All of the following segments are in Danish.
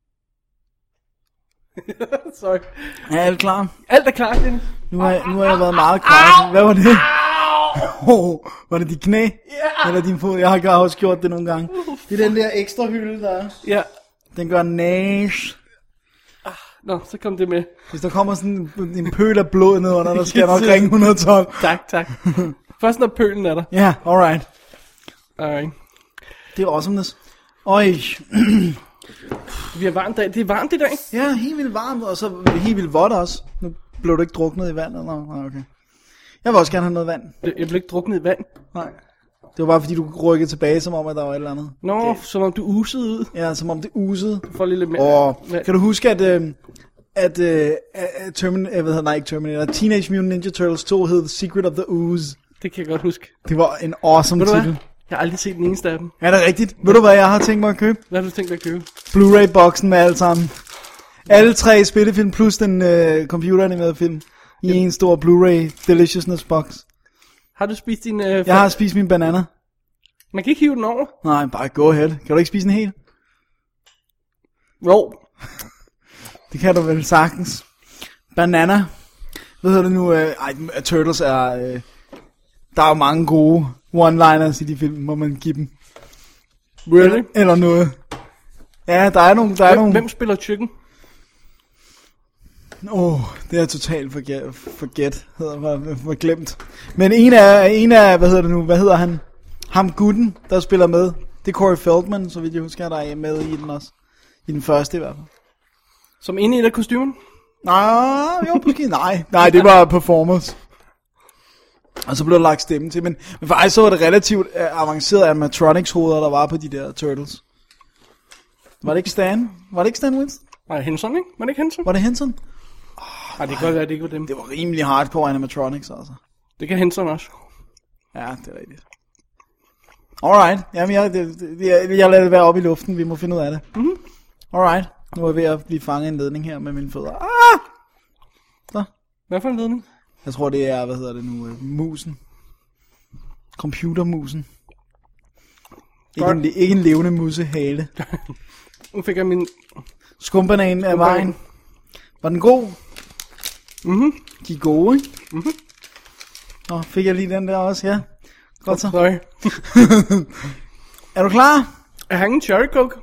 Sorry. Ja, er du klar? Alt er klar, Dennis. Nu har, jeg- nu har jeg været meget klar. Hvad var det? Oh, var det dit knæ? Yeah. Eller din fod? Jeg har godt også gjort det nogle gange. Det er den der ekstra hylde, der er. Ja. Den gør næs. Nå, så kom det med. Hvis der kommer sådan en- en pøl af blod ned under, der skal jeg nok ringe 112. Tak, tak. Først når pølen er der. Ja, yeah, alright. Alright. Det er awesomeness. Øj, Vi har varmt dag. Det er varmt i dag. ja, helt vildt varmt, og så helt vildt vådt også. Nu blev du ikke druknet i vand, eller? Nej, okay. Jeg vil også gerne have noget vand. Jeg blev ikke druknet i vand. Nej. Det var bare fordi, du rykkede tilbage, som om, at der var et eller andet. Nå, det. som om du usede ud. Ja, som om det usede. For lidt mere. Og vand. kan du huske, at, øh, at, øh, at Termin, jeg ved, nej, ikke Terminator, Teenage Mutant Ninja Turtles 2 hed The Secret of the Ooze. Det kan jeg godt huske. Det var en awesome Ved du titel. hvad? Jeg har aldrig set den eneste af dem. Er det rigtigt? Ved du, hvad jeg har tænkt mig at købe? Hvad har du tænkt dig at købe? Blu-ray-boksen med alt sammen. Alle tre spillefilm plus den øh, computeranimerede film. I en stor Blu-ray Deliciousness box. Har du spist din... Øh, Jeg har spist min bananer. Man kan ikke hive den over. Nej, bare go ahead. Kan du ikke spise en hel? Jo. Det kan du vel sagtens. Banana. Hvad hedder det nu? Øh, ej, Turtles er... Øh, der er jo mange gode one-liners i de film, må man give dem. Really? Eller noget. Ja, der er nogle... Der er Hvem, nogle... hvem spiller Chicken? Åh, oh, det er totalt forget, forget hedder for, for glemt. Men en af, en af, hvad hedder det nu, hvad hedder han? Ham gutten, der spiller med. Det er Corey Feldman, så vidt jeg husker, der er med i den også. I den første i hvert fald. Som inde i et af kostymen? Nej, Ah, jo, måske nej. Nej, det var performance. Og så blev der lagt stemme til, men, men faktisk så var det relativt øh, avancerede animatronics-hoveder, der var på de der Turtles. Var det ikke Stan? Var det ikke Stan Winston? Nej, Henson, ikke? Var det ikke Henson? Var det Henson? Nej, det kan godt være, det ikke var dem. Det var rimelig hardcore animatronics, altså. Det kan Henson også. Ja, det er rigtigt. Alright. Jamen, jeg, det, det, jeg, jeg lader det være oppe i luften. Vi må finde ud af det. Mm-hmm. Alright. Nu er jeg ved at blive fanget i en ledning her med mine fødder. Ah! Så. Hvad for en ledning? Jeg tror, det er, hvad hedder det nu, øh, musen. Computermusen. Ikke en, Godt. ikke en levende musehale. Nu fik jeg min... Skumbanan af vejen. Var den god? Mhm. De er gode, ikke? Mhm. Nå, fik jeg lige den der også, ja. Godt så. Sorry. Er du klar? Jeg har ingen cherry coke.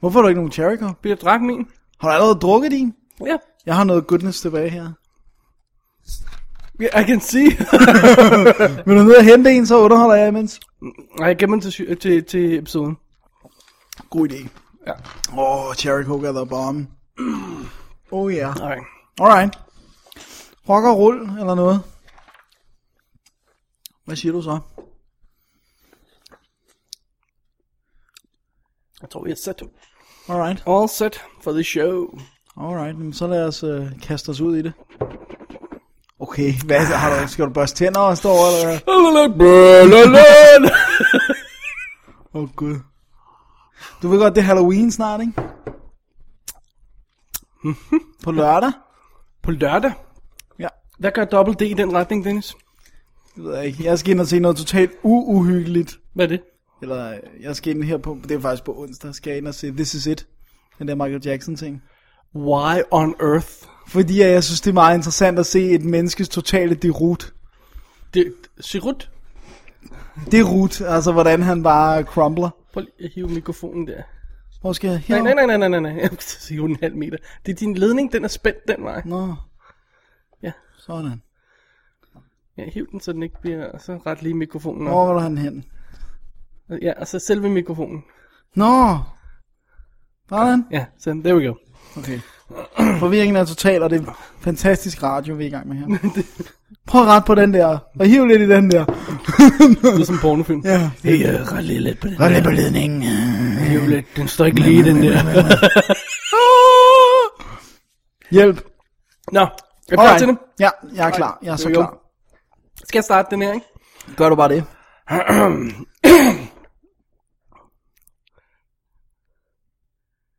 Hvorfor har du ikke nogen cherry coke? Vi har drak min. Har du allerede drukket din? Ja. Jeg har noget goodness tilbage her. Yeah, I can see. Vil du ned og hente en, så underholder jeg imens. Nej, jeg gemmer den til, sy- til, til episoden. God idé. Ja. Åh, oh, cherry coke er the bomb. Oh yeah. Nej. Alright. Rock og rull eller noget. Hvad siger du så? Jeg tror, vi er set. Alright. All set for the show. Alright, men så lad os øh, kaste os ud i det. Okay, hvad har du? Skal du børste tænder og stå over, eller hvad? Åh oh, gud. Du ved godt, det er Halloween snart, ikke? På lørdag? På lørdag. Ja. Hvad gør Double D i den retning, Dennis? Det ved jeg ikke. Jeg skal ind og se noget totalt uuhyggeligt. Hvad er det? Eller øh, jeg skal ind her på, det er faktisk på onsdag, skal jeg ind og se This Is It. Den der Michael Jackson ting. Why on earth? Fordi at jeg synes, det er meget interessant at se et menneskes totale derut. Det, Sirut? Derut, altså hvordan han bare crumbler. Prøv lige at hive mikrofonen der. Hvor skal jeg? Nej, nej, Her? nej, nej, nej, nej, nej. Jeg skal hive den en halv meter. Det er din ledning, den er spændt den vej. Nå, Ja. sådan. Ja, hiv den, så den ikke bliver... og Så ret lige mikrofonen Hvor op. var du han hen? Ja, og så selve mikrofonen. Nå! Sådan. Ja, så there we go. Okay. Forvirringen er total, og det er fantastisk radio, vi er i gang med her. Prøv at rette på den der, og hiv lidt i den der. Det er som en pornofilm. Ja. Hey, uh, ret lige lidt på den. Ret lidt på ledningen. Hiv lidt. Den står ikke lige, den der. Ah! Hjælp. Nå, er du klar til det? Ja, jeg er klar. Jeg er så Jo, jo. klar. Skal jeg starte den her, ikke? Gør du bare det.